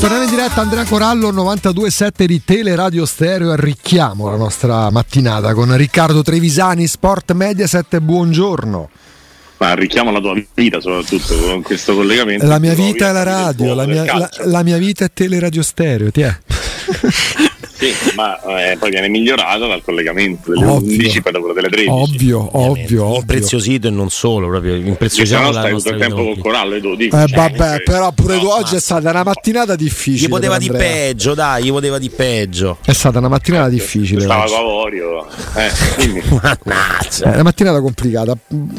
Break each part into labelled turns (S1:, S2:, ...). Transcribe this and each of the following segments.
S1: Torniamo in diretta Andrea Corallo 927 di Teleradio Stereo e arricchiamo la nostra mattinata con Riccardo Trevisani, Sport Mediaset, buongiorno.
S2: Ma richiamo la tua vita soprattutto con questo collegamento.
S1: La mia vita è la radio, la mia, la, la mia vita è Teleradio Stereo, ti è?
S2: Sì, ma eh, poi viene migliorata dal collegamento delle
S1: Ovvio.
S2: 11 poi da quello delle 13.
S1: Ovvio, ovvio, ovvio.
S3: impreziosito e non solo, proprio
S2: Io se
S3: impreziosiamo
S2: no
S3: la
S2: stai tutto
S3: nostra
S2: il
S3: vita
S2: tempo con
S3: notturna.
S2: Corallo e te lo dico.
S1: Eh,
S2: cioè,
S1: vabbè,
S2: perché-
S1: però pure
S2: no,
S1: tu
S2: ma-
S1: oggi è stata una mattinata difficile.
S3: Gli poteva
S1: per
S3: di
S1: Andrea.
S3: peggio, dai, gli poteva di peggio.
S1: È stata una mattinata difficile.
S2: Ecco, Stava
S1: oggi.
S2: Cavorio. Eh, dimmi.
S1: Eh,
S3: Mannaggia.
S1: una mattinata complicata.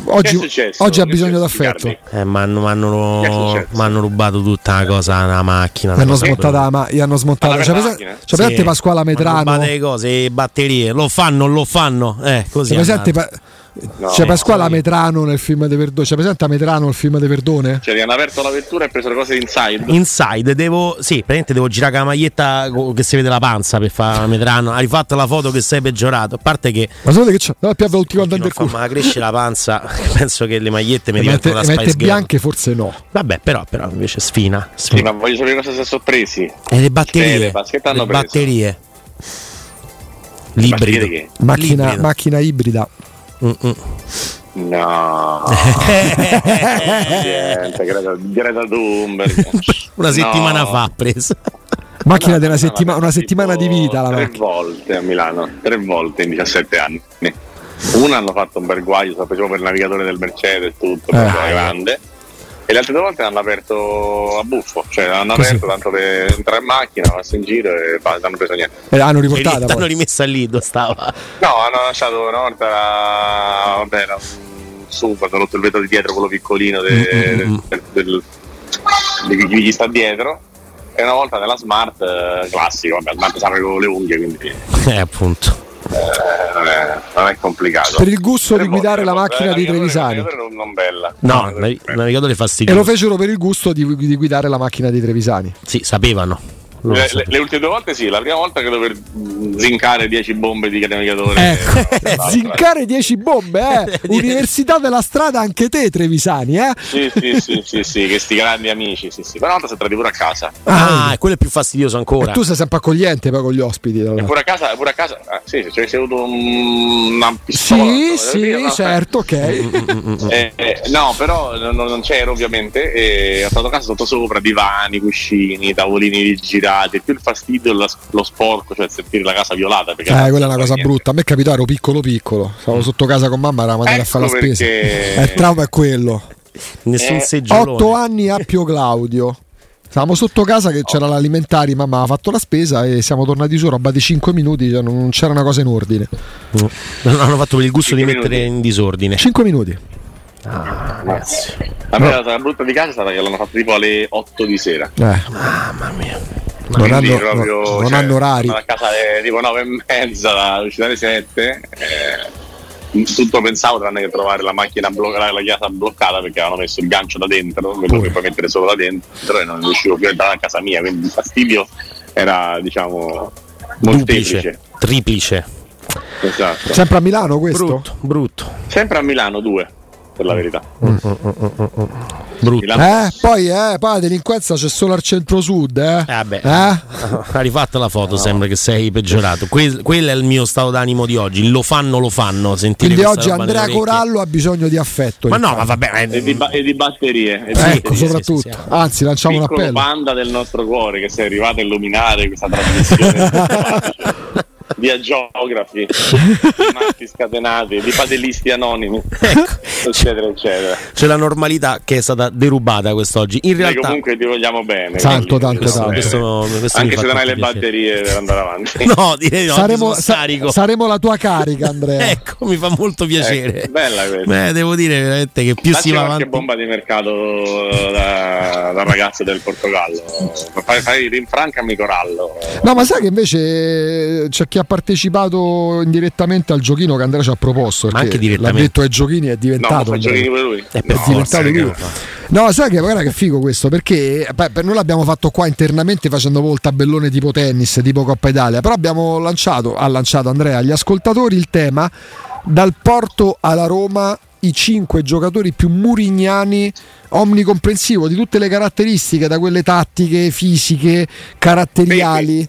S1: Oggi,
S2: Che è successo?
S1: oggi ha
S2: Che
S1: bisogno
S2: successo,
S1: d'affetto.
S2: Riccardi?
S3: Eh, mi
S2: Che è
S3: hanno
S2: successo?
S3: m'hanno rubato tutta la cosa, la macchina.
S1: Mi hanno
S3: una cosa
S1: smontato la cioè,
S3: brutta.
S1: ma- gli hanno smontato.
S2: Alla
S1: C'è
S2: Metrano,
S1: presente,
S2: eh?
S1: c'è presente
S3: Sì.
S1: Pasquale
S3: M'hanno
S1: Metrano?
S3: rubato le cose, le batterie, lo fanno, non lo fanno. Eh, così.
S1: C'è presente,
S3: andate.
S1: Pa-
S2: No,
S1: c'è Pasquale
S3: sì.
S1: Metrano nel film di Verdone. C'è presente Metrano nel film di Verdone?
S2: Cioè, gli hanno aperto la vettura e preso le cose inside.
S1: Mm.
S3: Inside, devo. Sì, praticamente devo girare con la maglietta co- che si vede la panza per fare la metrano. Hai fatto la foto che sei peggiorato. A parte che
S1: Ma sapete che c'è? No, più avvenuti con
S3: non
S1: del
S3: fa
S1: culo.
S3: ma cresce la panza. Penso che le magliette mi
S1: Le mette,
S3: diventano da
S1: le mette
S3: Spice Girl.
S1: bianche, forse no.
S3: Vabbè, però, però invece sfina.
S2: Sì,
S3: sfina.
S2: ma voglio sapere cosa si sono presi.
S3: E le batterie.
S2: Sì, le basket hanno
S3: le
S2: preso.
S3: batterie.
S2: Batterie
S3: Librido.
S2: che-
S1: Macchina,
S3: Librido.
S1: macchina ibrida.
S3: Mm-mm.
S2: No. Niente, Greta, Greta Thunberg.
S3: Una settimana
S2: No.
S3: fa ha preso.
S1: Macchina
S2: No,
S1: della
S2: no,
S1: settima-
S2: ma
S1: una
S2: tipo
S1: settimana di vita la
S2: Tre
S1: macchina.
S2: volte a Milano, tre volte in 17 anni. Una hanno fatto un bel guaio, lo facevo per il navigatore del Mercedes, tutto,
S1: Eh.
S2: una cosa grande. E le altre due volte hanno aperto a buffo, cioè hanno
S1: Così.
S2: aperto tanto per entrare in macchina, hanno messo in giro e basta, non hanno preso niente.
S1: Eh, l'hanno riportata.
S3: L'hanno
S1: poi.
S3: rimessa lì dove stava.
S2: No, hanno lasciato una volta, vabbè, era un super, hanno rotto il vetro di dietro, quello piccolino de-
S3: Mm, mm, mm.
S2: del- del- di chi gli sta dietro. E una volta nella smart eh, classico, vabbè, smart sempre con le unghie, quindi eh,
S3: Eh, appunto.
S2: non, è, non è complicato.
S1: Per il gusto
S2: Tre
S1: di guidare
S2: volte,
S1: la
S2: tre
S1: macchina
S2: volte. Eh,
S1: di
S2: navigatore-
S1: Trevisani.
S2: navigatore Non, non bella.
S3: No, il
S2: Eh,
S3: navi- il navigatore è
S1: E lo
S3: fastidioso.
S1: fecero per il gusto di, di guidare la macchina di Trevisani.
S3: Sì, sapevano. Loro
S2: le, le-
S3: sapevano.
S2: le ultime due volte sì, la prima volta credo per mm, zincare 10 bombe di navigatore.
S1: Ecco.
S2: Esatto,
S1: Zincare 10 bombe, eh? Università della strada, anche te, Trevisani, eh?
S2: Sì, sì, sì, sì, sì, che sti grandi amici, sì, sì. Però una volta si è entrati pure a casa.
S3: Ah, e quello è più fastidioso
S1: E
S3: ancora.
S1: tu sei sempre accogliente poi con gli ospiti. allora.
S2: Pure a casa, pure a casa, ah, sì, se ci avessi avuto un- una pistola.
S1: Sì,
S2: non so,
S1: sì,
S2: no, no,
S1: certo, ok.
S3: Mm, mm, mm.
S2: eh, eh, no, però non, non c'ero ovviamente. E ho stato a casa sotto sopra, divani, cuscini, tavolini girati. Più il fastidio è la- lo sporco, cioè sentire la casa violata. Perché
S1: Eh, quella è una cosa
S2: niente.
S1: brutta. A me è capitato, ero piccolo piccolo. Stavo sotto casa con mamma, eravamo andati a fare la
S2: Ecco
S1: spesa.
S2: perché-
S1: Eh, Il trauma è quello.
S3: Nessun
S2: eh,
S3: seggiolone.
S1: 8 anni Appio Claudio. Stavamo sotto casa che c'era l'alimentari, mamma ha fatto la spesa e siamo tornati su roba di 5 minuti, cioè non c'era una cosa in ordine.
S3: Mm. Non hanno fatto per il gusto di
S2: Cinque
S3: mettere
S2: minuti.
S3: in disordine.
S1: 5 minuti. Eh.
S2: A me la cosa brutta di casa è stata che l'hanno fatto tipo alle 8 di sera.
S1: Eh,
S3: Mamma mia.
S1: non
S2: Quindi
S1: hanno,
S2: proprio,
S1: non- non
S2: cioè,
S1: hanno orari.
S2: sono A casa è tipo 9 e mezza, la uscita alle 7. eh, tutto pensavo tranne che trovare la macchina bloccata, la chiesa bloccata perché avevano messo il gancio da dentro, quello che puoi mettere solo da dentro e non riuscivo più a entrare a casa mia, quindi il fastidio era diciamo molteplice.
S3: Duplice. Triplice.
S2: Esatto.
S1: Sempre a Milano questo?
S3: Brutto, brutto.
S1: Mm.
S2: Sempre a Milano due, per la verità.
S3: Brutto.
S1: Eh, poi, eh, poi la delinquenza c'è solo al centro-sud, eh?
S3: Eh, vabbè.
S1: Eh?
S3: Ha rifatta la foto, sembra che sei peggiorato. Que- quello è il mio stato d'animo di oggi. Lo fanno, lo fanno. Sentire
S1: Quindi
S3: questa
S1: oggi
S3: roba nelle
S1: Andrea
S3: orecchie.
S1: Corallo ha bisogno di affetto.
S3: Ma no, ma vabbè. eh,
S2: E di, ba- e di batterie. E di
S1: Eh,
S2: batterie.
S1: ecco,
S3: sì, sì,
S1: soprattutto.
S3: sì, sì.
S1: Anzi, lanciamo un
S2: piccolo
S1: appello.
S2: panda del nostro cuore che sei arrivato a illuminare questa trasmissione via geografi di matti scatenati di padelisti anonimi
S3: Ecco.
S2: eccetera eccetera
S3: C'è la normalità che è stata derubata quest'oggi. In
S2: noi
S3: realtà.
S2: comunque ti vogliamo bene
S1: Tanto,
S2: quindi,
S1: tanto,
S2: questo
S1: tanto.
S2: bene.
S3: Questo- questo mi
S2: anche
S3: fa
S2: se non hai le
S3: tanto piacere.
S2: batterie per andare avanti
S3: No, direi no.
S1: saremo,
S3: sono
S1: sa-
S3: carico.
S1: saremo la tua carica, Andrea.
S3: ecco, mi fa molto piacere.
S2: Ecco, bella questa.
S3: Beh, devo dire veramente che più
S2: Dacci
S3: si va
S2: qualche
S3: avanti.
S2: bomba di mercato da, da ragazzo del Portogallo fai, fai rinfrancami Corallo
S1: No, ma sai che invece eh, c'è chi ha partecipato indirettamente al giochino che Andrea ci ha proposto.
S3: Ma anche
S1: Perché l'ha
S3: direttamente.
S1: detto ai giochini è
S2: no ma
S1: diventato.
S2: fai
S1: Andrea.
S2: giochini pure lui
S3: eh, È
S1: è
S3: per
S2: No,
S1: diventato
S3: forza, eh,
S1: lui. No, sai che guarda che figo questo perché beh, per- noi l'abbiamo fatto qua internamente facendo proprio il tabellone tipo tennis, tipo Coppa Italia, però abbiamo lanciato, ha lanciato Andrea agli ascoltatori il tema dal Porto alla Roma i cinque giocatori più murignani omnicomprensivo di tutte le caratteristiche, da quelle tattiche, fisiche, caratteriali.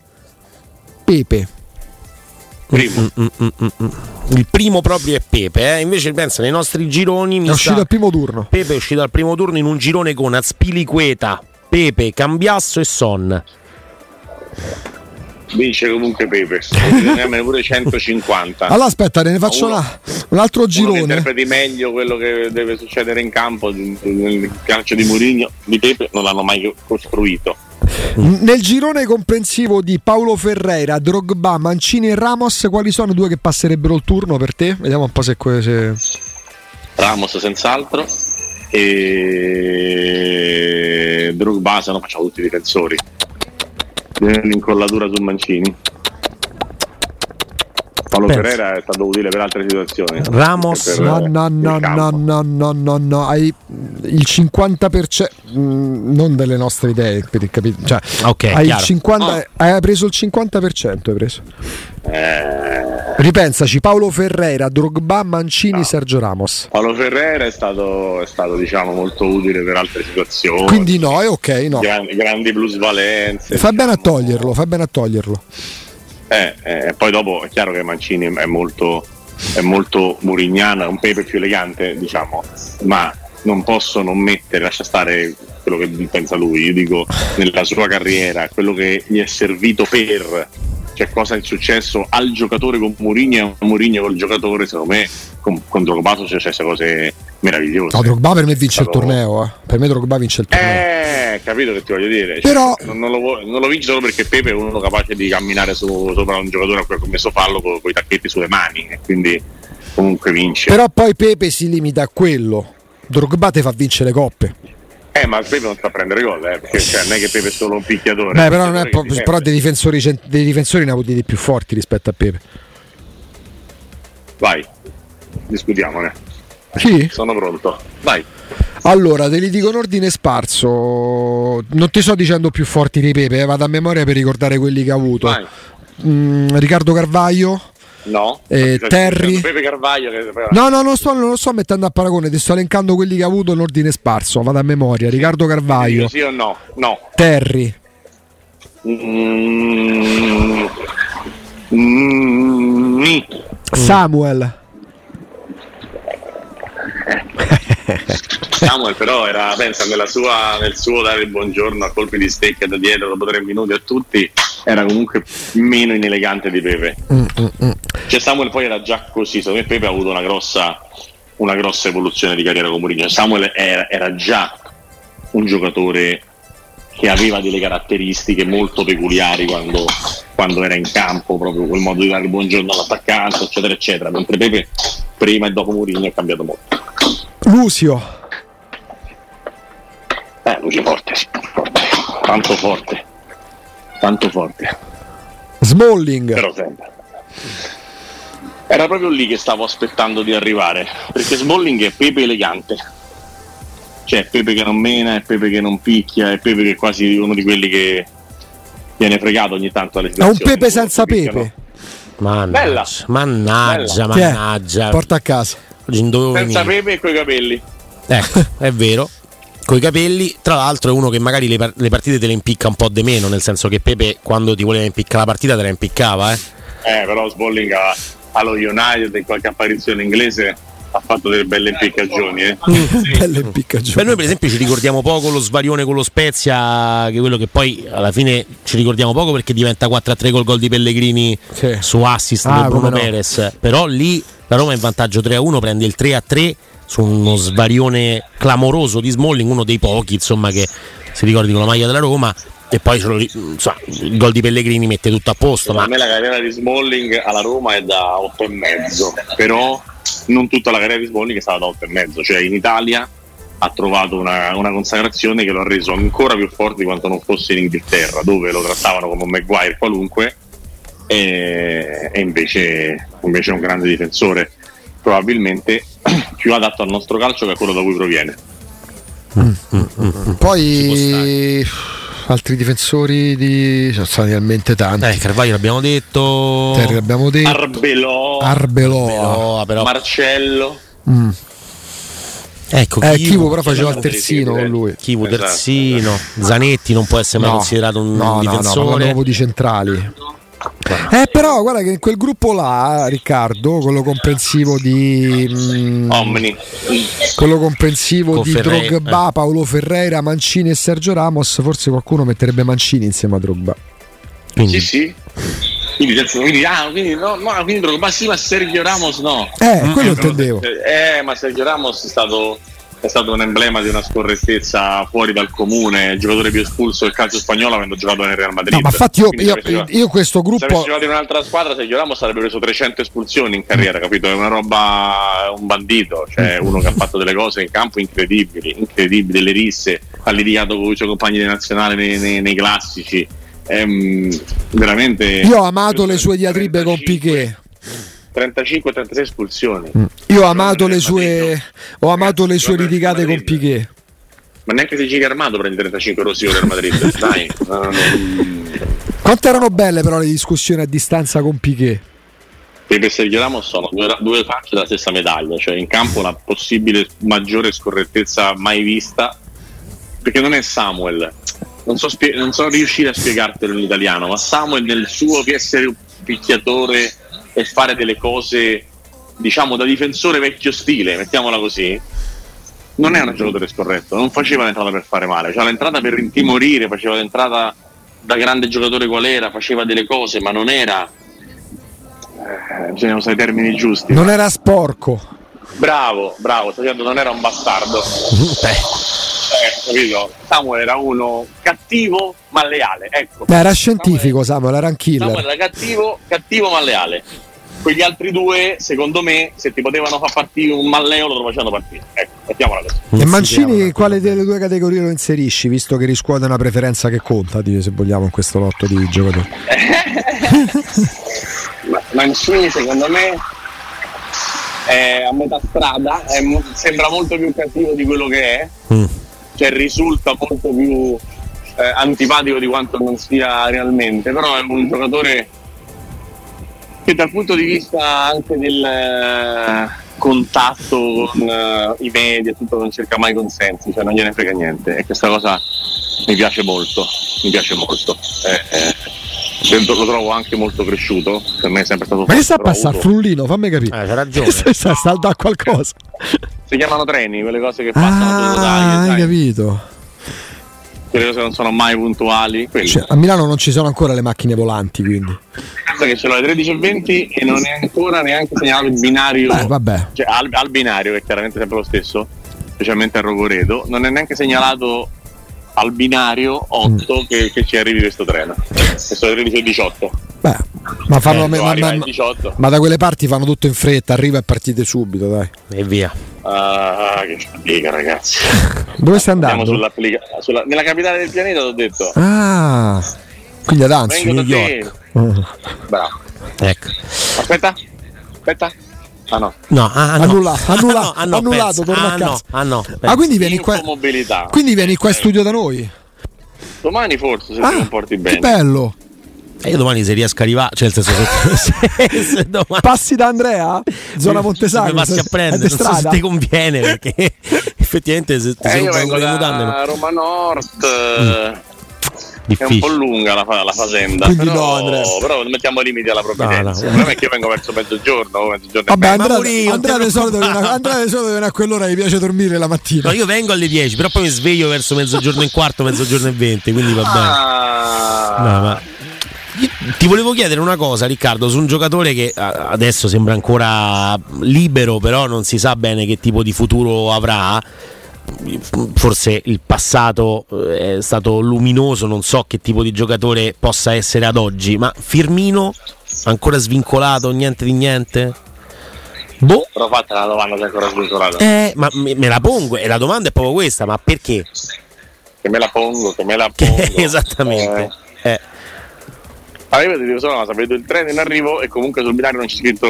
S1: Pepe.
S2: primo
S3: Mm, mm, mm, mm. Il primo proprio è Pepe, eh. invece pensa nei nostri gironi mi
S1: È uscito
S3: sa-
S1: al primo turno.
S3: Pepe è uscito al primo turno in un girone con Azpilicueta, Pepe, Cambiasso e Son.
S2: Vince comunque Pepe, bisogna pure 150.
S1: Allora aspetta, ne faccio
S2: Uno-
S1: una- un altro
S2: Uno che
S1: girone.
S2: interpreti meglio quello che deve succedere in campo nel calcio di Mourinho di Pepe non l'hanno mai costruito.
S1: Nel girone comprensivo di Paolo Ferreira, Drogba, Mancini e Ramos, quali sono i due che passerebbero il turno per te? Vediamo un po' se. que- se-
S2: Ramos senz'altro e Drogba se no facciamo tutti i difensori. Viene L'incollatura su Mancini. Paolo
S3: Penso.
S2: Ferreira è stato utile per altre situazioni.
S3: Ramos,
S2: Per
S1: No, no,
S2: il
S1: no, no,
S2: campo.
S1: no, no, no, no. Hai il 50%. mm, Non delle nostre idee, per capire. Cioè,
S3: Ok,
S1: hai, il
S3: chiaro.
S1: 50
S2: No.
S1: hai preso il 50%. Hai preso.
S2: Ah. Eh,
S1: Ripensaci, Paolo Ferreira, Drogba, Mancini,
S2: Ah.
S1: Sergio Ramos.
S2: Paolo Ferrera è stato, è stato, diciamo, molto utile per altre situazioni,
S1: Quindi no, è ok, no.
S2: gran- grandi plusvalenze.
S1: Fa bene a
S2: diciamo.
S1: toglierlo, fa bene a toglierlo.
S2: Eh, eh, poi dopo è chiaro che Mancini è molto, è molto murignano, è un pepe più elegante, diciamo, ma non posso non mettere, lascia stare quello che pensa lui, io dico nella sua carriera, quello che gli è servito per, cioè cosa è successo al giocatore con Mourinho e a Mourinho col giocatore, secondo me con, con Drogba sono successe cose meravigliose.
S1: No, Drogba per me vince il
S2: Stato-
S1: torneo. eh. Per me, Drogba vince il torneo.
S2: Eh, capito che ti voglio dire. Cioè,
S1: Però-
S2: non, non lo, vuo- non lo vinci solo perché Pepe è uno capace di camminare su- sopra un giocatore a cui ha commesso fallo con i tacchetti sulle mani. E quindi comunque vince.
S1: Però poi Pepe si limita a quello. Drogba te fa vincere le coppe.
S2: Eh, ma Pepe non sta a prendere gol, eh, perché cioè, non è che Pepe è solo un picchiatore.
S1: Beh,
S2: un
S1: però, non è
S2: picchiatore
S1: proprio-
S2: che
S1: però
S2: difende.
S1: dei difensori, cent- dei difensori ne ha avuti dei più forti rispetto a Pepe.
S2: Vai, discutiamone.
S1: Sì?
S2: Sono pronto. Vai.
S1: Allora, te li dico in ordine sparso. Non ti sto dicendo più forti di Pepe, eh, vado a memoria per ricordare quelli che ha avuto.
S2: Vai.
S1: Mm, Riccardo Carvaio.
S2: No.
S1: Eh,
S2: Sto
S1: Terry?
S2: dicendo Pepe Carvaglio che
S1: No, no, non, sto, non lo sto mettendo a paragone, ti sto elencando quelli che ha avuto in ordine sparso. Vado a memoria. Riccardo Carvaio,
S2: Sì o no? No.
S1: Terry,
S2: Mm. Mm. Ni.
S1: Samuel.
S2: Samuel però era, pensa, nella sua- nel suo dare il buongiorno a colpi di stecca da dietro dopo tre minuti a tutti, era comunque meno inelegante di Pepe.
S1: Mm, mm, mm.
S2: Cioè Samuel poi era già così, secondo me Pepe ha avuto una grossa, una grossa evoluzione di carriera con Mourinho. Samuel era, era già un giocatore che aveva delle caratteristiche molto peculiari quando, quando era in campo, proprio quel modo di dare il buongiorno all'attaccante, eccetera, eccetera, mentre Pepe prima e dopo Mourinho è cambiato molto.
S1: Lucio.
S2: Eh, lui è forte, sì, forte, tanto forte, tanto forte,
S1: Smalling.
S2: però sempre. Era proprio lì che stavo aspettando di arrivare, perché Smalling è Pepe elegante. Cioè è Pepe che non mena, è Pepe che non picchia, è Pepe che è quasi uno di quelli che viene fregato ogni tanto dalle
S1: È un
S2: situazioni.
S1: Pepe senza
S2: Picchiano.
S1: Pepe.
S2: Bella.
S3: Mannaggia, mannaggia,
S1: Chi è?
S3: mannaggia.
S1: Cioè, Porta a casa.
S3: Oggi non dovevo
S2: Senza
S3: venire.
S2: Pepe e coi capelli.
S3: Ecco, è vero. coi capelli, tra l'altro è uno che magari le, par- le partite te le impicca un po' di meno, nel senso che Pepe quando ti voleva impiccare la partita te la impiccava, eh.
S2: Eh, però Sbolling ha- allo United in qualche apparizione inglese ha fatto delle belle impiccagioni. Eh.
S1: Mm. Belle
S3: Beh,
S1: impiccagioni.
S3: Cioè, noi per esempio ci ricordiamo poco lo svarione con lo Spezia, che è quello che poi alla fine ci ricordiamo poco perché diventa 4-3 col gol di Pellegrini
S1: Sì.
S3: su assist
S1: Ah,
S3: di Bruno
S1: come no.
S3: Perez. Però lì la Roma è in vantaggio 3-1, prende il 3-3 su uno svarione clamoroso di Smalling, uno dei pochi insomma che si ricordi con la maglia della Roma. E poi ce lo ri- insomma, il gol di Pellegrini mette tutto a posto.
S2: Per
S3: Ma
S2: me la carriera di Smalling alla Roma è da 8 e mezzo, però non tutta la carriera di Smalling è stata da 8 e mezzo, cioè in Italia ha trovato una, una consacrazione che lo ha reso ancora più forte di quanto non fosse in Inghilterra, dove lo trattavano come un Maguire qualunque e, e invece, invece è un grande difensore, probabilmente più adatto al nostro calcio che a quello da cui proviene.
S1: Poi altri difensori di sono stati talmente tanti.
S3: eh, Carvaglio l'abbiamo detto.
S1: Terry abbiamo detto
S2: Arbelò,
S1: Arbeloa. Eh,
S3: Però- però-
S2: Marcello,
S1: Mm.
S3: ecco,
S1: Eh,
S3: Chivu.
S1: Chivo però faceva il
S2: Chivo-
S1: terzino con lui.
S3: Chivo
S2: Esatto,
S3: terzino, Zanetti non può essere mai
S1: No,
S3: considerato un
S1: no, no, no,
S3: difensore.
S1: parlavamo proprio di centrali. Eh, però guarda che in quel gruppo là, Riccardo, quello comprensivo di mm,
S3: Oh,
S2: Omni.
S1: quello comprensivo
S3: Con
S1: di
S3: Ferre-
S1: Drogba, Paolo Ferreira, Mancini e Sergio Ramos, forse qualcuno metterebbe Mancini insieme a Drogba.
S3: Quindi,
S2: Sì, sì. Quindi, terzo- quindi, ah, quindi, no, no, quindi Drogba sì, ma Sergio Ramos no.
S1: Eh, quello intendevo.
S2: Eh, ma Sergio Ramos è stato, è stato un emblema di una scorrettezza fuori dal comune, il giocatore più espulso del calcio spagnolo avendo giocato nel Real Madrid.
S1: No, ma infatti io,
S2: Quindi se
S1: io,
S2: avesse giocato-
S1: io questo
S2: se avesse
S1: gruppo
S2: giocato in un'altra squadra Sergio Ramos sarebbe preso 300 espulsioni in carriera, capito? È una roba, è un bandito, cioè
S1: Mm.
S2: uno che ha fatto delle cose in campo incredibili, incredibili, delle risse, ha litigato con i suoi compagni di nazionale nei, nei- nei classici. Ehm, veramente
S1: io ho amato le sue diatribe con
S2: 35.
S1: Piquet.
S2: 35-36 espulsioni.
S1: Io ho amato le sue ho amato le sue litigate con Piquet.
S2: Ma neanche se giri armato prendi 35 rossi ora al Madrid, dai. No, no, no.
S1: Quanto erano belle però le discussioni a distanza con Piquet.
S2: Pepe e Sergio Ramos sono due, due facce della stessa medaglia, cioè in campo la possibile maggiore scorrettezza mai vista, perché non è Samuel, non so, spie- non so riuscire a spiegartelo in italiano, ma Samuel nel suo essere un picchiatore e fare delle cose, diciamo, da difensore vecchio stile, mettiamola così, non è un giocatore scorretto, non faceva l'entrata per fare male, faceva l'entrata per intimorire, faceva l'entrata da grande giocatore qual era, faceva delle cose, ma non era... eh, bisogna usare i termini giusti.
S1: Non era sporco.
S2: Bravo, bravo, sto dicendo non era un bastardo. Eh, capito? Samuel era uno cattivo ma leale, ecco.
S1: Beh, era scientifico, Samuel, era un
S2: Samuel
S1: killer.
S2: era cattivo, cattivo ma leale. Quegli altri due, secondo me, se ti potevano far partire un malleo lo facevano partire. Ecco, mettiamola così.
S1: E
S3: non si
S1: Mancini
S3: chiama.
S1: in quale delle due categorie lo inserisci, visto che riscuote una preferenza che conta, dire, se vogliamo, in questo lotto di giocatori?
S2: Ma- Mancini secondo me è a metà strada, è mo- sembra molto più cattivo di quello che è,
S3: Mm.
S2: cioè risulta molto più eh, antipatico di quanto non sia realmente, però è un giocatore che dal punto di vista anche del eh, contatto con eh, i media e tutto non cerca mai consensi, cioè non gliene frega niente e questa cosa mi piace molto, mi piace molto. Eh, eh, dentro lo trovo anche molto cresciuto, per me è sempre stato
S1: Ma che sta a
S2: forte, però
S1: passare?
S2: avuto-
S1: Frullino, fammi capire.
S3: Eh, c'ha ragione.
S1: Che sta- sta a saldare qualcosa.
S2: si chiamano treni, quelle cose che passano
S1: Ah,
S2: totali,
S1: hai
S2: sai,
S1: capito.
S2: quelle cose che non sono mai puntuali, quelle.
S1: Cioè, a Milano non ci sono ancora le macchine volanti, quindi.
S2: Pensa che ce l'ho alle 13.20 e non è ancora neanche segnalato il binario
S1: Beh, Eh, vabbè.
S2: cioè, al, al binario, che è chiaramente sempre lo stesso, specialmente a Rogoredo, non è neanche segnalato al binario 8
S1: Mm.
S2: che, che ci arrivi questo treno. Questo treno dice 18.
S1: Beh, ma fanno.
S2: Eh,
S1: ma-
S2: arriva
S1: ma-
S2: il
S1: ma-
S2: 18.
S1: ma da quelle parti fanno tutto in fretta, arriva e partite subito, dai.
S3: E via.
S2: Ah, che fatica, ragazzi.
S1: Dove stai
S2: Andiamo
S1: andando?
S2: sull'applica- sulla- nella capitale del pianeta, ho detto.
S1: Ah, quindi ad Anzi,
S2: Vengo
S1: New
S2: da
S1: York.
S2: te.
S1: Ah.
S2: Bravo.
S3: Ecco.
S2: Aspetta. Aspetta. Ah no.
S3: No, ah, ah, no.
S1: Annulla- annulla-
S3: Ah, no, ah, no,
S1: annullato,
S3: pensa.
S1: torna a
S3: Ah,
S1: casa.
S3: no, ah, no,
S1: Ah,
S3: pensa.
S1: quindi vieni qua.
S2: Infomobilità.
S1: Quindi vieni qua in studio da noi.
S2: Domani forse se ti
S1: Ah,
S2: comporti
S1: che
S2: bene.
S1: bello.
S3: E Eh, io domani se riesco a arrivare, cioè nel senso se, se- se domani
S1: Passi da Andrea, zona
S3: se mi
S1: Montesano.
S3: passi a prendere, non so se ti conviene perché effettivamente se ti
S2: Eh,
S3: sei
S2: io
S3: rubato
S2: vengo
S3: le mutande.
S2: da
S3: ma-
S2: Roma Nord.
S1: Mm.
S2: eh, È un po'
S3: Difficile.
S2: lunga la, fa- la fazenda,
S1: Quindi
S2: però,
S1: no, Andrea.
S2: però mettiamo limiti alla
S3: No,
S2: provvidenza.
S3: no.
S2: Il problema è che io vengo verso mezzogiorno. o mezzogiorno e
S1: Vabbè,
S2: mezzo.
S1: Andrea,
S3: pure io,
S1: Andrea
S3: non
S1: De
S3: ti
S1: Solito viene a-
S3: preoccupare.
S1: Andrea De Solito viene a quell'ora, gli piace dormire la mattina.
S3: No, io vengo alle 10, però poi mi sveglio verso mezzogiorno e un quarto, mezzogiorno e 20, quindi va bene.
S2: Ah,
S3: No, ma- Ti volevo chiedere una cosa, Riccardo, su un giocatore che a- adesso sembra ancora libero, però non si sa bene che tipo di futuro avrà. Forse il passato eh, è stato luminoso, non so che tipo di giocatore possa essere ad oggi, ma Firmino ancora svincolato, niente di niente? Boh,
S2: Però fatta la domanda sei ancora svincolato.
S3: eh, ma me, me la pongo e la domanda è proprio questa, ma perché?
S2: Che me la pongo, che me la pongo.
S3: Che- esattamente.
S2: Eh,
S3: Eh,
S2: allora io ti dico solo una cosa, vedo il treno in arrivo e comunque sul binario non c'è scritto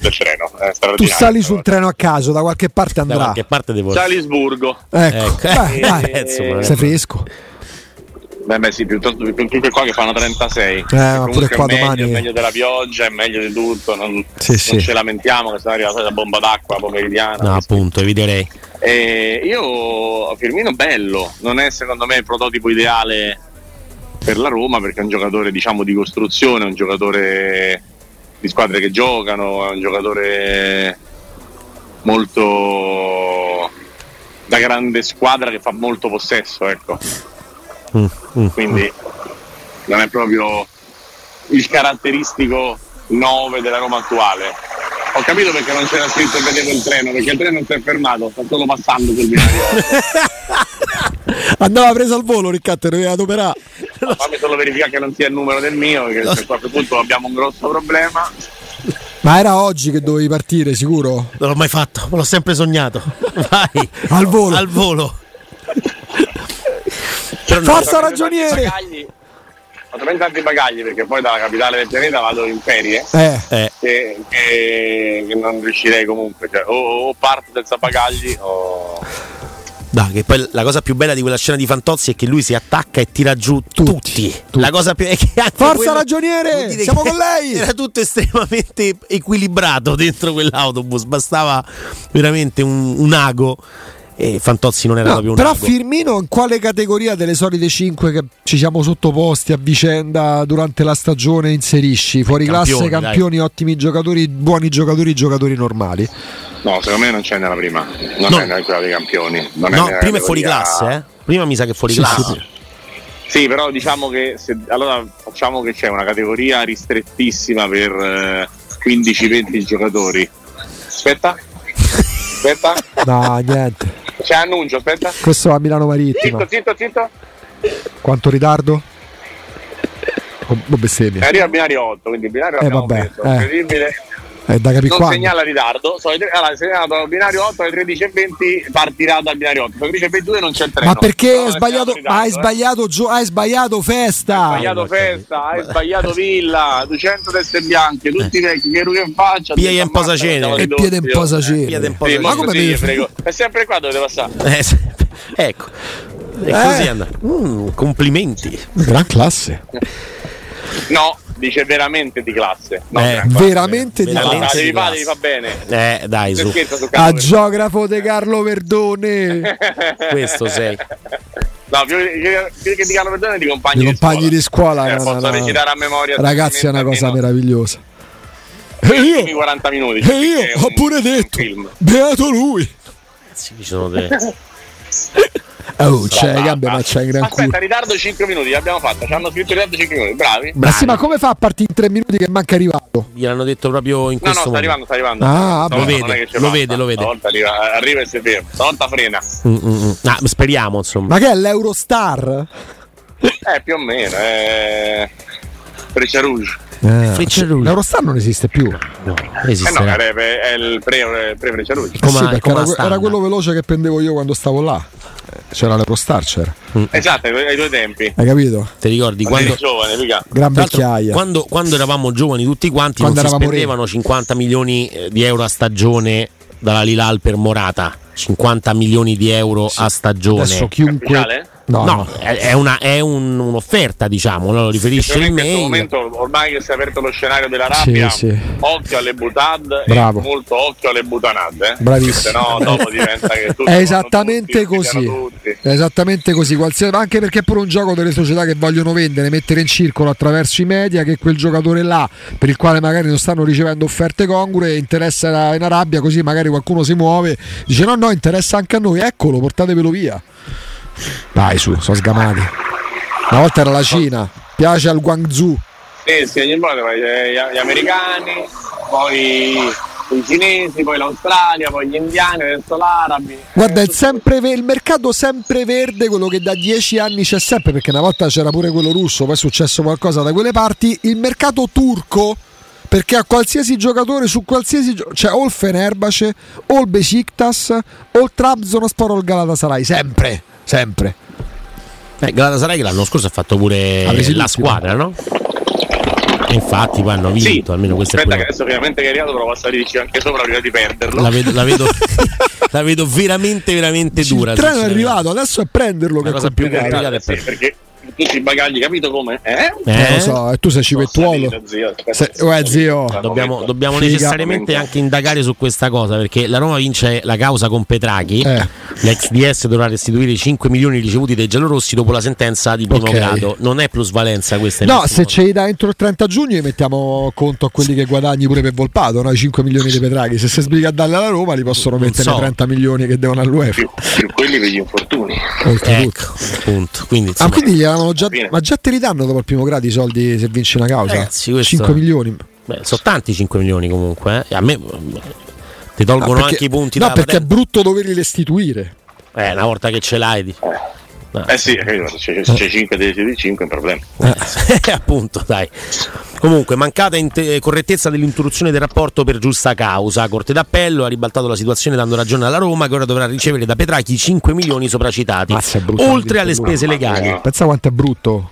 S2: del treno. È straordinario.
S1: Tu sali sul treno a caso, da qualche parte
S3: da
S1: andrà.
S3: qualche parte devo...
S2: Salisburgo.
S1: Ecco, Beh,
S3: eh,
S1: dai,
S3: eh, insomma,
S1: sei fresco.
S2: Beh, beh, sì, piuttosto più che qua che fanno 36.
S1: Eh, ma
S2: Comunque
S1: pure qua
S2: è meglio,
S1: domani-
S2: È meglio della pioggia, è meglio di tutto. Non,
S1: Sì,
S2: non
S1: sì.
S2: ci lamentiamo che sennò arriva la solita bomba d'acqua pomeridiana.
S3: No, appunto, eviterei.
S2: Eh, io, Firmino, bello. Non è secondo me il prototipo ideale per la Roma perché è un giocatore diciamo di costruzione, è un giocatore di squadre che giocano, è un giocatore molto da grande squadra che fa molto possesso, ecco
S3: Mm, mm.
S2: quindi non è proprio il caratteristico 9 della Roma attuale. Ho capito perché non c'era scritto che vedevo il treno, perché il treno non si è fermato, sta solo passando sul binario.
S1: Andava preso al volo, Riccardo, doveva adoperare.
S2: Fammi solo verificare che non sia il numero del mio, perché a qualche punto abbiamo un grosso problema.
S1: Ma era oggi che dovevi partire, sicuro?
S3: Non l'ho mai fatto, ma l'ho sempre sognato. Vai
S1: Al volo.
S3: Al volo. Però no,
S1: Forza ragioniere!
S2: Bagagli- Ho talmente tanti bagagli perché poi dalla capitale del pianeta vado in ferie.
S1: Eh,
S3: eh,
S2: Che, che- che non riuscirei comunque, cioè, o, o parto senza bagagli o
S3: dai, che poi la cosa più bella di quella scena di Fantozzi è che lui si attacca e tira giù tutti. La cosa più è che anche
S1: Forza
S3: quello-
S1: ragioniere,
S3: vuol dire
S1: siamo
S3: che
S1: con lei!
S3: Era tutto estremamente equilibrato dentro quell'autobus, bastava veramente un, un ago e Fantozzi non era
S1: No,
S3: proprio un
S1: però
S3: ago.
S1: Firmino in quale categoria delle solite 5 che ci siamo sottoposti a vicenda durante la stagione inserisci? Fuori classe,
S3: Campioni, dai.
S1: campioni, ottimi giocatori, buoni giocatori, giocatori normali.
S2: No, secondo me non c'è nella prima, non
S3: No.
S2: è nella quella dei campioni. Non nella
S3: no, prima è
S2: categoria-
S3: fuori classe, eh. Prima mi sa che è fuori
S1: Sì,
S3: classe.
S1: sì, sì.
S2: Sì, però diciamo che se, allora facciamo che c'è una categoria ristrettissima per eh, 15-20 giocatori. Aspetta, aspetta,
S1: No, niente.
S2: c'è annuncio, aspetta.
S1: Questo va a Milano Marittima.
S2: Zitto, zitto, zitto.
S1: Quanto ritardo? Oh, oh, bestemmia.
S2: Eh, Arriva il binario 8, quindi il binario
S1: Eh,
S2: l'abbiamo
S1: vabbè,
S2: preso,
S1: eh.
S2: incredibile.
S1: È Eh, da capire
S2: Eh, Non
S1: quando.
S2: segnala ritardo, sono i tre- allora, segnalato il binario 8 alle 13.20 partirà dal binario 8, alle 13.22 non c'è il treno.
S1: Ma perché
S2: Allora,
S1: hai sbagliato,
S2: segnalato
S1: hai,
S2: ritardo, eh.
S1: sbagliato gio- hai sbagliato
S2: Hai
S1: festa?
S2: sbagliato
S3: Ah, ok.
S2: Festa, hai sbagliato Villa, 200 teste bianche,
S1: Eh.
S2: tutti vecchi, che ruga in faccia.
S3: Piede
S2: tutta
S3: in posa
S2: matta,
S3: cenere.
S2: siamo
S1: E
S2: ridotti,
S1: piede in
S2: oh.
S1: posa cenere.
S3: Piede in
S2: Sì,
S3: posa
S2: ma
S3: cenere.
S2: come
S1: come
S2: così,
S1: devi-
S2: prego. È sempre qua dovete passare.
S3: Eh, sì. ecco. E
S2: Eh.
S3: così andrà. Mm, complimenti.
S1: Gran classe.
S2: No, dice veramente di classe. No,
S3: Eh,
S2: gran-
S1: Veramente di
S3: Veramente.
S2: allora,
S1: classe. Ah,
S3: di
S2: devi fare,
S3: classe.
S2: devi fa bene.
S3: Eh, dai, su.
S2: Perché sta su
S1: A
S2: campo?
S1: geografo De Carlo
S2: Eh,
S1: Verdone.
S3: Questo sei.
S2: No, più, più che di Carlo Verdone di compagni
S1: I compagni di scuola.
S2: Eh,
S1: no,
S2: posso
S1: no, no.
S2: recitare a memoria.
S1: Ragazzi, è una cosa
S2: almeno
S1: meravigliosa. E io,
S2: i 40 minuti.
S1: e io
S2: È un-
S1: ho pure
S2: un
S1: detto,
S2: film.
S1: beato lui.
S3: Sì, ci sono dei-
S1: Oh, c'è le gambe, ma c'è il gran culo.
S2: Aspetta, ritardo 5 minuti, l'abbiamo fatta. Ci hanno scritto ritardo 5 minuti, bravi.
S1: Ma sì, ma come fa a partire in tre minuti che manca arrivato?
S3: Gliel'hanno detto proprio in
S2: No, no,
S3: questo
S2: sta
S3: momento.
S2: arrivando, sta arrivando.
S1: Ah, vabbè.
S3: Lo vede,
S2: non è che ce
S3: lo
S2: basta.
S3: vede, lo vede.
S2: Stavolta arriva, arriva e si ferma. Stavolta frena.
S3: Mm, mm, mm. Ah, speriamo, insomma.
S1: Ma che è l'Eurostar?
S2: Eh, più o meno. Eh... Freccia Rouge.
S3: Freccia Rouge.
S1: L'Eurostar non esiste più.
S3: No, non
S2: Eh no,
S3: esisterà.
S2: era- è il pre, pre Freccia Rouge.
S3: Come-
S1: Eh Sì, perché
S3: come
S1: era,
S3: la
S1: que-
S3: standard.
S1: era quello veloce che pendevo io quando stavo là. Eh, C'era l'Eurostar, c'era.
S2: Esatto, ai ai tuoi tempi.
S1: Hai capito?
S3: Ti ricordi
S2: Quando
S3: quando,
S2: eri giovane, figa.
S1: Gran
S3: tra l'altro,
S1: vecchiaia.
S3: quando, quando eravamo giovani tutti quanti
S1: Quando
S3: non si
S1: eravamo re.
S3: spendevano 50 milioni eh, di euro a stagione dalla Lilal per Morata. 50 milioni di euro a stagione.
S1: Adesso chiunque,
S2: Ufficiale?
S3: No, È, è una- è un- un'offerta, diciamo, no? lo riferisce
S2: Secondo
S3: in
S2: me in questo
S3: mail.
S2: momento ormai che si è aperto lo scenario della rabbia,
S3: Sì, sì.
S2: occhio alle butad
S1: Bravo.
S2: e molto occhio alle butanad. Eh?
S1: Bravissimo.
S2: Se no dopo diventa che tutti
S1: è
S2: vanno
S1: esattamente
S2: tutti,
S1: così.
S2: siano tutti.
S1: È esattamente così, qualsiasi- anche perché è pure un gioco delle società che vogliono vendere, mettere in circolo attraverso i media che quel giocatore là, per il quale magari non stanno ricevendo offerte congrue, interessa in Arabia, così magari qualcuno si muove, dice no, no, interessa anche a noi, eccolo, portatevelo via. Dai su, sono sgamati. Una volta era la Cina, piace al Guangzhou.
S2: Sì, sì, ogni volta vai, eh, gli, gli americani, poi i cinesi, poi l'Australia, poi gli indiani, adesso l'arabi. Eh,
S1: Guarda, è sempre ve- il mercato sempre verde, quello che da dieci anni c'è sempre, perché una volta c'era pure quello russo, poi è successo qualcosa da quelle parti. Il mercato turco, perché a qualsiasi giocatore, su qualsiasi gio- cioè o il Fenerbahce, o il Besiktas, o il Trabzonspor o il Galatasaray, sempre, sempre.
S3: Eh, Galatasaray che l'anno scorso ha fatto pure
S1: Ha preso
S3: la
S1: tutti,
S3: squadra, no? E infatti poi hanno vinto, almeno questa
S2: Aspetta
S3: è
S2: che adesso
S3: quella.
S2: ovviamente che è arrivato prova a salirci anche sopra prima di perderlo.
S3: La vedo, la vedo- la vedo veramente, veramente dura.
S1: Il treno è
S3: sinceramente.
S1: arrivato, adesso è prenderlo che
S3: La
S1: è
S3: cosa più
S1: complicata.
S3: complicata è
S2: Sì,
S3: per-
S2: perché tutti i bagagli, capito come? Eh?
S3: Eh?
S1: Non lo so, e tu sei civettuolo.
S2: Salito, zio, aspetta,
S1: Se- uè, zio.
S3: Dobbiamo, dobbiamo
S1: Figa.
S3: necessariamente anche indagare su questa cosa perché la Roma vince la causa con Petrachi.
S1: Eh.
S3: L'ex DS dovrà restituire i 5 milioni ricevuti dai giallorossi dopo la sentenza di primo
S1: Ok.
S3: grado. Non è plusvalenza questa. in
S1: No,
S3: nessun
S1: se
S3: modo.
S1: ce li dai entro il 30 giugno li mettiamo conto a quelli che guadagni pure per Volpato, no? I 5 milioni di Petraghi. Se si sbriga a darli alla Roma li possono mettere
S3: so.
S1: 30 milioni che devono all'UEFA.
S2: più, più quelli per gli infortuni.
S1: Oltretutto.
S3: Ecco, appunto. Quindi,
S1: Ah,
S3: insomma,
S1: quindi gli erano già,
S2: Bene.
S1: ma già te li danno dopo il primo grado i soldi se vinci una causa?
S3: Ragazzi, questo-
S1: 5 milioni.
S3: beh, sono tanti 5 milioni comunque. eh. A me mh, ti tolgono
S1: Ah,
S3: anche i punti
S1: No,
S3: dalla
S1: perché è
S3: patente.
S1: brutto doverli restituire.
S3: Eh, una volta che ce l'hai, dici-
S2: Eh sì, eh, se c'è 5 dei 5 è un problema.
S1: Ah.
S3: Eh, appunto, dai. Comunque, mancata inte- correttezza dell'introduzione del rapporto per giusta causa. Corte d'Appello ha ribaltato la situazione dando ragione alla Roma che ora dovrà ricevere da Petrachi i 5 milioni sopracitati,
S1: Mazza, è brutto
S3: oltre alle
S1: addirittura.
S3: spese legali.
S1: Pensa quanto è brutto.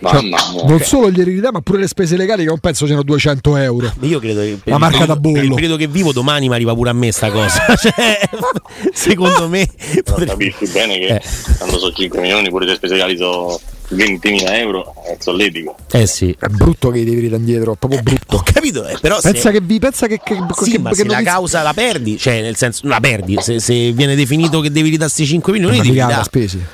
S1: Cioè,
S2: Mamma mia.
S1: non solo gli eredità, ma pure le spese legali che non penso siano 200 euro.
S3: Io credo che per
S1: La
S3: il
S1: marca
S3: periodo-
S1: da bollo.
S3: per il periodo che vivo domani mi arriva pure a me sta cosa. Cioè, secondo me
S2: Non
S3: potrebbe-
S2: capisci bene che
S3: Eh.
S2: quando sono 5 milioni pure se spese legali sono 20.000 euro, è solletico.
S3: Eh sì.
S1: È brutto che li devi ridare indietro, è proprio brutto.
S3: Ho capito, eh, però se-
S1: Pensa che vi pensa che, che,
S3: Sì,
S1: che-
S3: ma
S1: che
S3: se la
S1: notizie-
S3: causa la perdi, cioè nel senso la perdi, se, se viene definito che devi ridarsi 5
S1: Ma
S3: milioni, ti
S1: mica la
S3: ridà.
S1: spesi.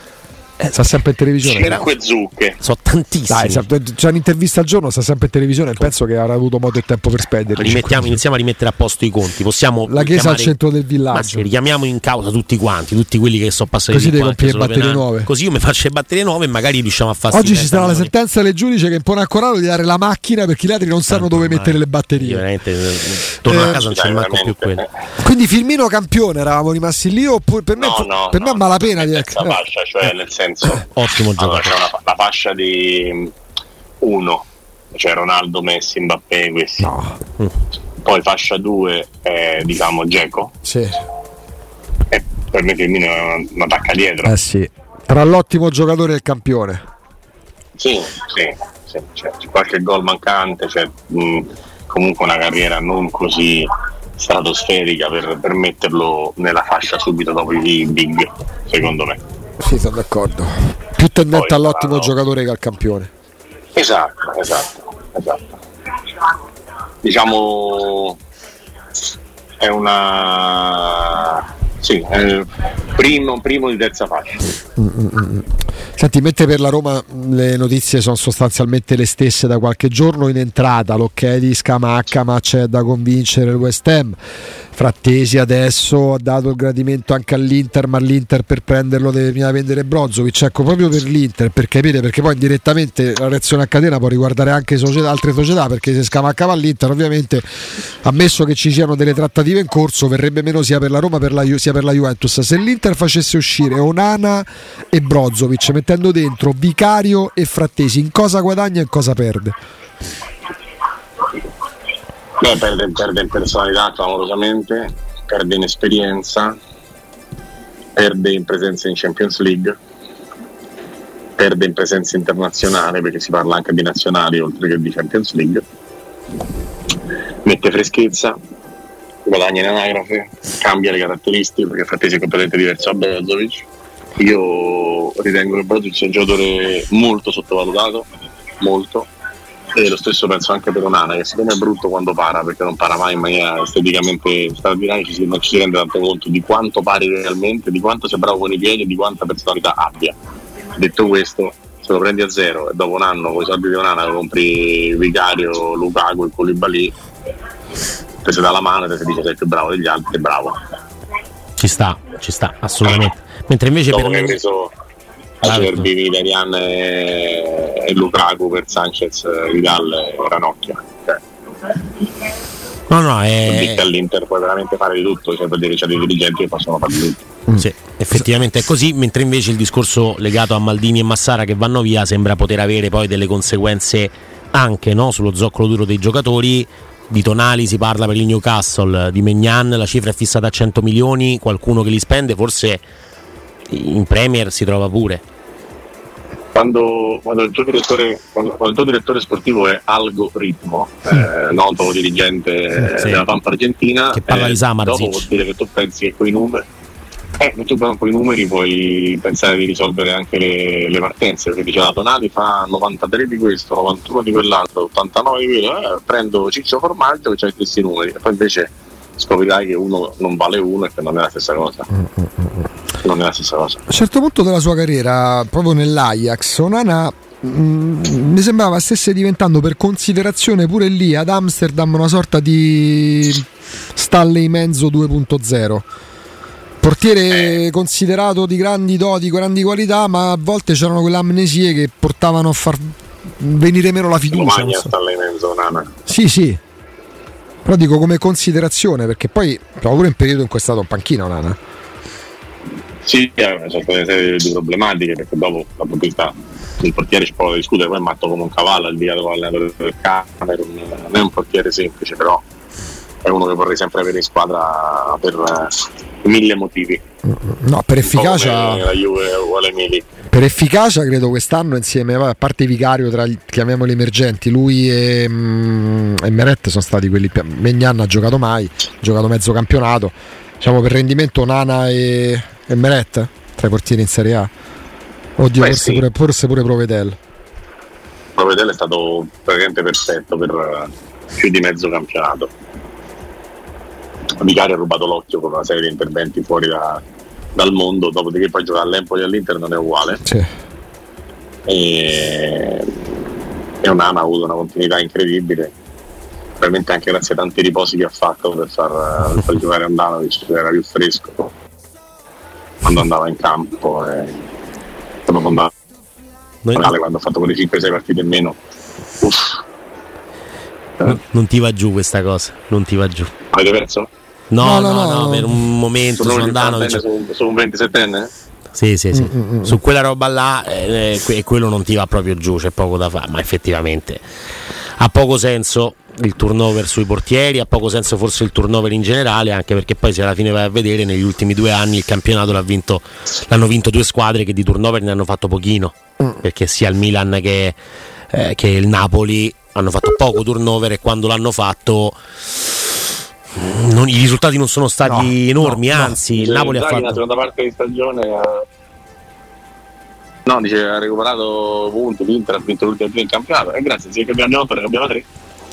S3: Eh,
S1: Sta sempre in televisione.
S2: 5 zucche.
S3: Sono tantissimi.
S1: Dai, sa- c'è un'intervista al giorno, sta sempre in televisione. Penso che avrà avuto modo e tempo per spendere.
S3: Rimettiamo- iniziamo a rimettere a posto i conti. Possiamo
S1: La chiesa al
S3: richiamare-
S1: centro del
S3: Ma
S1: villaggio.
S3: sì, richiamiamo in causa tutti quanti, tutti quelli che sono passati
S1: Così
S3: di
S1: devi
S3: qua,
S1: compiere
S3: che sono
S1: batterie
S3: penali.
S1: nuove.
S3: Così io mi faccio le batterie nuove e magari riusciamo a fare
S1: Oggi ci sarà la sentenza del giudice che impone a Corrado di dare la macchina perché gli altri non sanno dove mettere le
S3: Io
S1: batterie.
S3: veramente eh, torno
S1: Eh,
S3: a casa non c'è
S2: dai,
S3: manco più quello.
S2: veramente.
S1: Quindi Firmino campione, eravamo rimasti lì oppure per me,
S2: No, no,
S1: per me
S2: no,
S1: a malapena eh. di
S2: Senza fascia, cioè nel senso...
S3: Ottimo
S2: Allora c'è
S3: giocatore.
S2: una, la fascia di 1, cioè Ronaldo, Messi, Mbappé, questi. Mm.
S1: No,
S2: Poi fascia 2 è diciamo Geco.
S1: sì.
S2: E per me Firmino è un- un attacca dietro.
S1: Eh sì. Tra l'ottimo giocatore e il campione.
S2: Sì, sì, sì, c'è c'è qualche gol mancante, c'è mh, comunque una carriera non così stratosferica per, per metterlo nella fascia subito dopo i big, secondo me.
S1: Sì, sono d'accordo. Più tendente
S2: Poi,
S1: all'ottimo
S2: bravo.
S1: giocatore che al campione.
S2: Esatto, esatto, esatto. Diciamo è una sì, è primo, primo di terza fascia.
S1: Senti, mentre per la Roma mh, le notizie sono sostanzialmente le stesse da qualche giorno in entrata, l'ok di Scamacca, ma c'è da convincere il West Ham. Frattesi adesso ha dato il gradimento anche all'Inter, ma l'Inter per prenderlo deve prima vendere Brozovic, ecco proprio per l'Inter, per capire, perché poi indirettamente la reazione a catena può riguardare anche società- altre società, perché se Scamacca va all'Inter ovviamente, ammesso che ci siano delle trattative in corso, verrebbe meno sia per la Roma per la Ju- sia per la Juventus. Se l'Inter facesse uscire Onana e Brozovic, mettendo dentro Vicario e Frattesi, in cosa guadagna e in cosa perde?
S2: Beh, perde, perde in personalità clamorosamente, perde in esperienza, perde in presenza in Champions League, perde in presenza internazionale perché si parla anche di nazionali oltre che di Champions League, mette freschezza, guadagna in anagrafe, cambia le caratteristiche perché Frattesi è completamente diverso da Brozovic. Io ritengo che Brozic sia un giocatore molto sottovalutato, molto. E lo stesso penso anche per Onana, che secondo me è brutto quando para, perché non para mai in maniera esteticamente straordinaria, ci si- non ci si rende tanto conto di quanto pari realmente, di quanto sia bravo con i piedi e di quanta personalità abbia. Detto questo, se lo prendi a zero e dopo un anno con i soldi di Onana compri Vicario, Lukaku e Koulibaly, te si dà la mano e ti dice sei il più bravo degli altri, bravo.
S3: Ci sta, ci sta, assolutamente. Mentre invece
S2: dopo
S3: per
S2: che hai
S3: me-
S2: preso
S3: Certo.
S2: Acerbi, Vitalian e, e Lukaku per Sanchez, eh, Vidal e Ranocchia. Cioè,
S3: No, no,
S2: per dire
S3: è...
S2: che all'Inter puoi veramente fare di tutto, cioè vuol dire che c'è dei dirigenti che possono fare di tutto.
S3: Sì, effettivamente è così, mentre invece il discorso legato a Maldini e Massara che vanno via sembra poter avere poi delle conseguenze anche no, sullo zoccolo duro dei giocatori. Di Tonali si parla per il Newcastle, di Megnan la cifra è fissata a 100 milioni, qualcuno che li spende forse in Premier si trova pure.
S2: Quando, quando il tuo direttore, quando- quando il tuo direttore sportivo è Algo Ritmo, eh, noto dirigente eh,
S3: Sì.
S2: della Pampa Argentina, eh,
S3: Che parla di Samardzic.
S2: dopo vuol dire che tu pensi che con i numeri, eh, che tu con i numeri puoi pensare di risolvere anche le, le partenze, perché diceva Donali fa 93 di questo, 91 di quell'altro, 89 di quello, eh, prendo Ciccio Formaggio che c'ha gli stessi numeri, e poi invece scoprirai che uno non vale uno e che non è la stessa cosa.
S3: Mm,
S2: Non è la stessa cosa.
S1: A un certo punto della sua carriera, proprio nell'Ajax, Onana mm, mi sembrava stesse diventando per considerazione pure lì ad Amsterdam una sorta di Stanley Menzo 2.0. Portiere considerato di grandi doti, grandi qualità, ma a volte c'erano quelle amnesie che portavano a far venire meno la
S2: Lo
S1: fiducia. non
S2: magna
S1: so.
S2: sta lì in zona. no?
S1: Sì, sì. Però dico come considerazione, perché poi proprio pure in periodo in cui è stato in panchina Onana.
S2: Sì, è una certa serie di problematiche perché dopo la proprietà del portiere ci può discutere, poi è matto come un cavallo al di là dell'allenatore del Camerun, non è un portiere semplice però è uno che vorrei sempre avere in squadra per eh, mille motivi,
S1: No, per
S2: Un po'
S1: efficacia...
S2: come la Juve vuole Milik.
S1: Per efficacia credo quest'anno insieme, vabbè, a parte Vicario, tra gli- chiamiamoli emergenti, lui e, mm, e Meret sono stati quelli più... Megnan ha giocato mai, ha giocato mezzo campionato, diciamo per rendimento Nana e, e Meret tra i portieri in Serie A. Oddio,
S2: Beh,
S1: forse,
S2: sì.
S1: pure, forse pure Provedel.
S2: Provedel è stato praticamente perfetto per eh, più di mezzo campionato. Vicario ha rubato l'occhio con una serie di interventi fuori da- dal mondo, dopodiché poi giocare all'Empoli e all'Inter non è uguale.
S1: Sì.
S2: e, e Onana ha avuto una continuità incredibile probabilmente anche grazie a tanti riposi che ha fatto per far, eh, per far giocare Andanovic che era più fresco quando andava in campo eh, e quando andava
S3: Noi-
S2: Natale, quando ha fatto quelle 5-6 partite in meno Uff,
S3: non- non ti va giù questa cosa, non ti va giù.
S2: avete perso?
S3: No,
S1: No, no,
S3: no, no,
S1: no, no.
S3: per un momento
S2: Sono
S3: su
S2: un
S3: Andanovic
S2: 27enne, su, su un 27enne?
S3: Sì, sì, sì. Su quella roba là, eh, que- quello non ti va proprio giù, c'è poco da fare, ma effettivamente ha poco senso il turnover sui portieri, ha poco senso forse il turnover in generale, anche perché poi se alla fine vai a vedere negli ultimi due anni il campionato l'ha vinto- l'hanno vinto due squadre che di turnover ne hanno fatto pochino, perché sia il Milan che, eh, che il Napoli hanno fatto poco turnover e quando l'hanno fatto... mm, non- I risultati non sono stati enormi, anzi, il Napoli ha
S2: Inzaghi nella
S3: fatto.
S2: seconda parte di stagione ha- No, dice ha recuperato punti, l'Inter ha vinto l'ultima tre in campionato. E grazie, sì, che abbiamo 8, che abbiamo 3.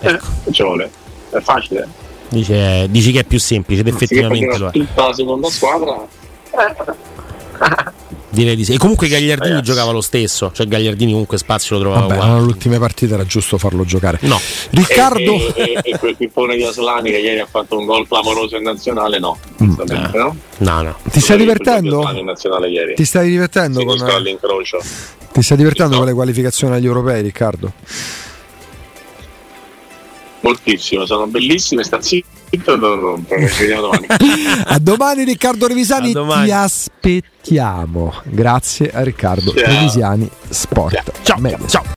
S2: Eh,
S3: Ecco.
S2: che ci vuole. È facile.
S3: Dice- dici che è più semplice, ed
S2: Sì, che
S3: effettivamente
S2: faceva
S3: lo è.
S2: tutta la seconda squadra.
S3: Direi di sì. E comunque Gagliardini
S2: Ragazzi.
S3: giocava lo stesso, cioè Gagliardini comunque spazio lo trovava
S1: Vabbè,
S3: uguale.
S1: erano le ultime partite, era giusto farlo giocare.
S3: No,
S1: Riccardo,
S2: E, e, e- e quel pippone di Aslani che ieri ha fatto un gol clamoroso in nazionale, no.
S3: Mm.
S2: Giustamente, no?
S3: no, no.
S1: ti stai
S2: Quello di Aslani
S1: divertendo?
S2: In nazionale ieri.
S1: Ti stai divertendo,
S2: eh, Sì,
S1: con,
S2: questo all'incrocio.
S1: ti stai divertendo
S2: No.
S1: con le qualificazioni agli europei, Riccardo?
S2: Moltissimo, sono bellissime, sta zitto e non rompere. Ci vediamo domani.
S1: A domani Riccardo Revisani,
S3: A domani.
S1: ti aspettiamo. Grazie a Riccardo
S2: Ciao.
S1: Revisani Sport.
S3: Ciao,
S1: Media.
S3: ciao.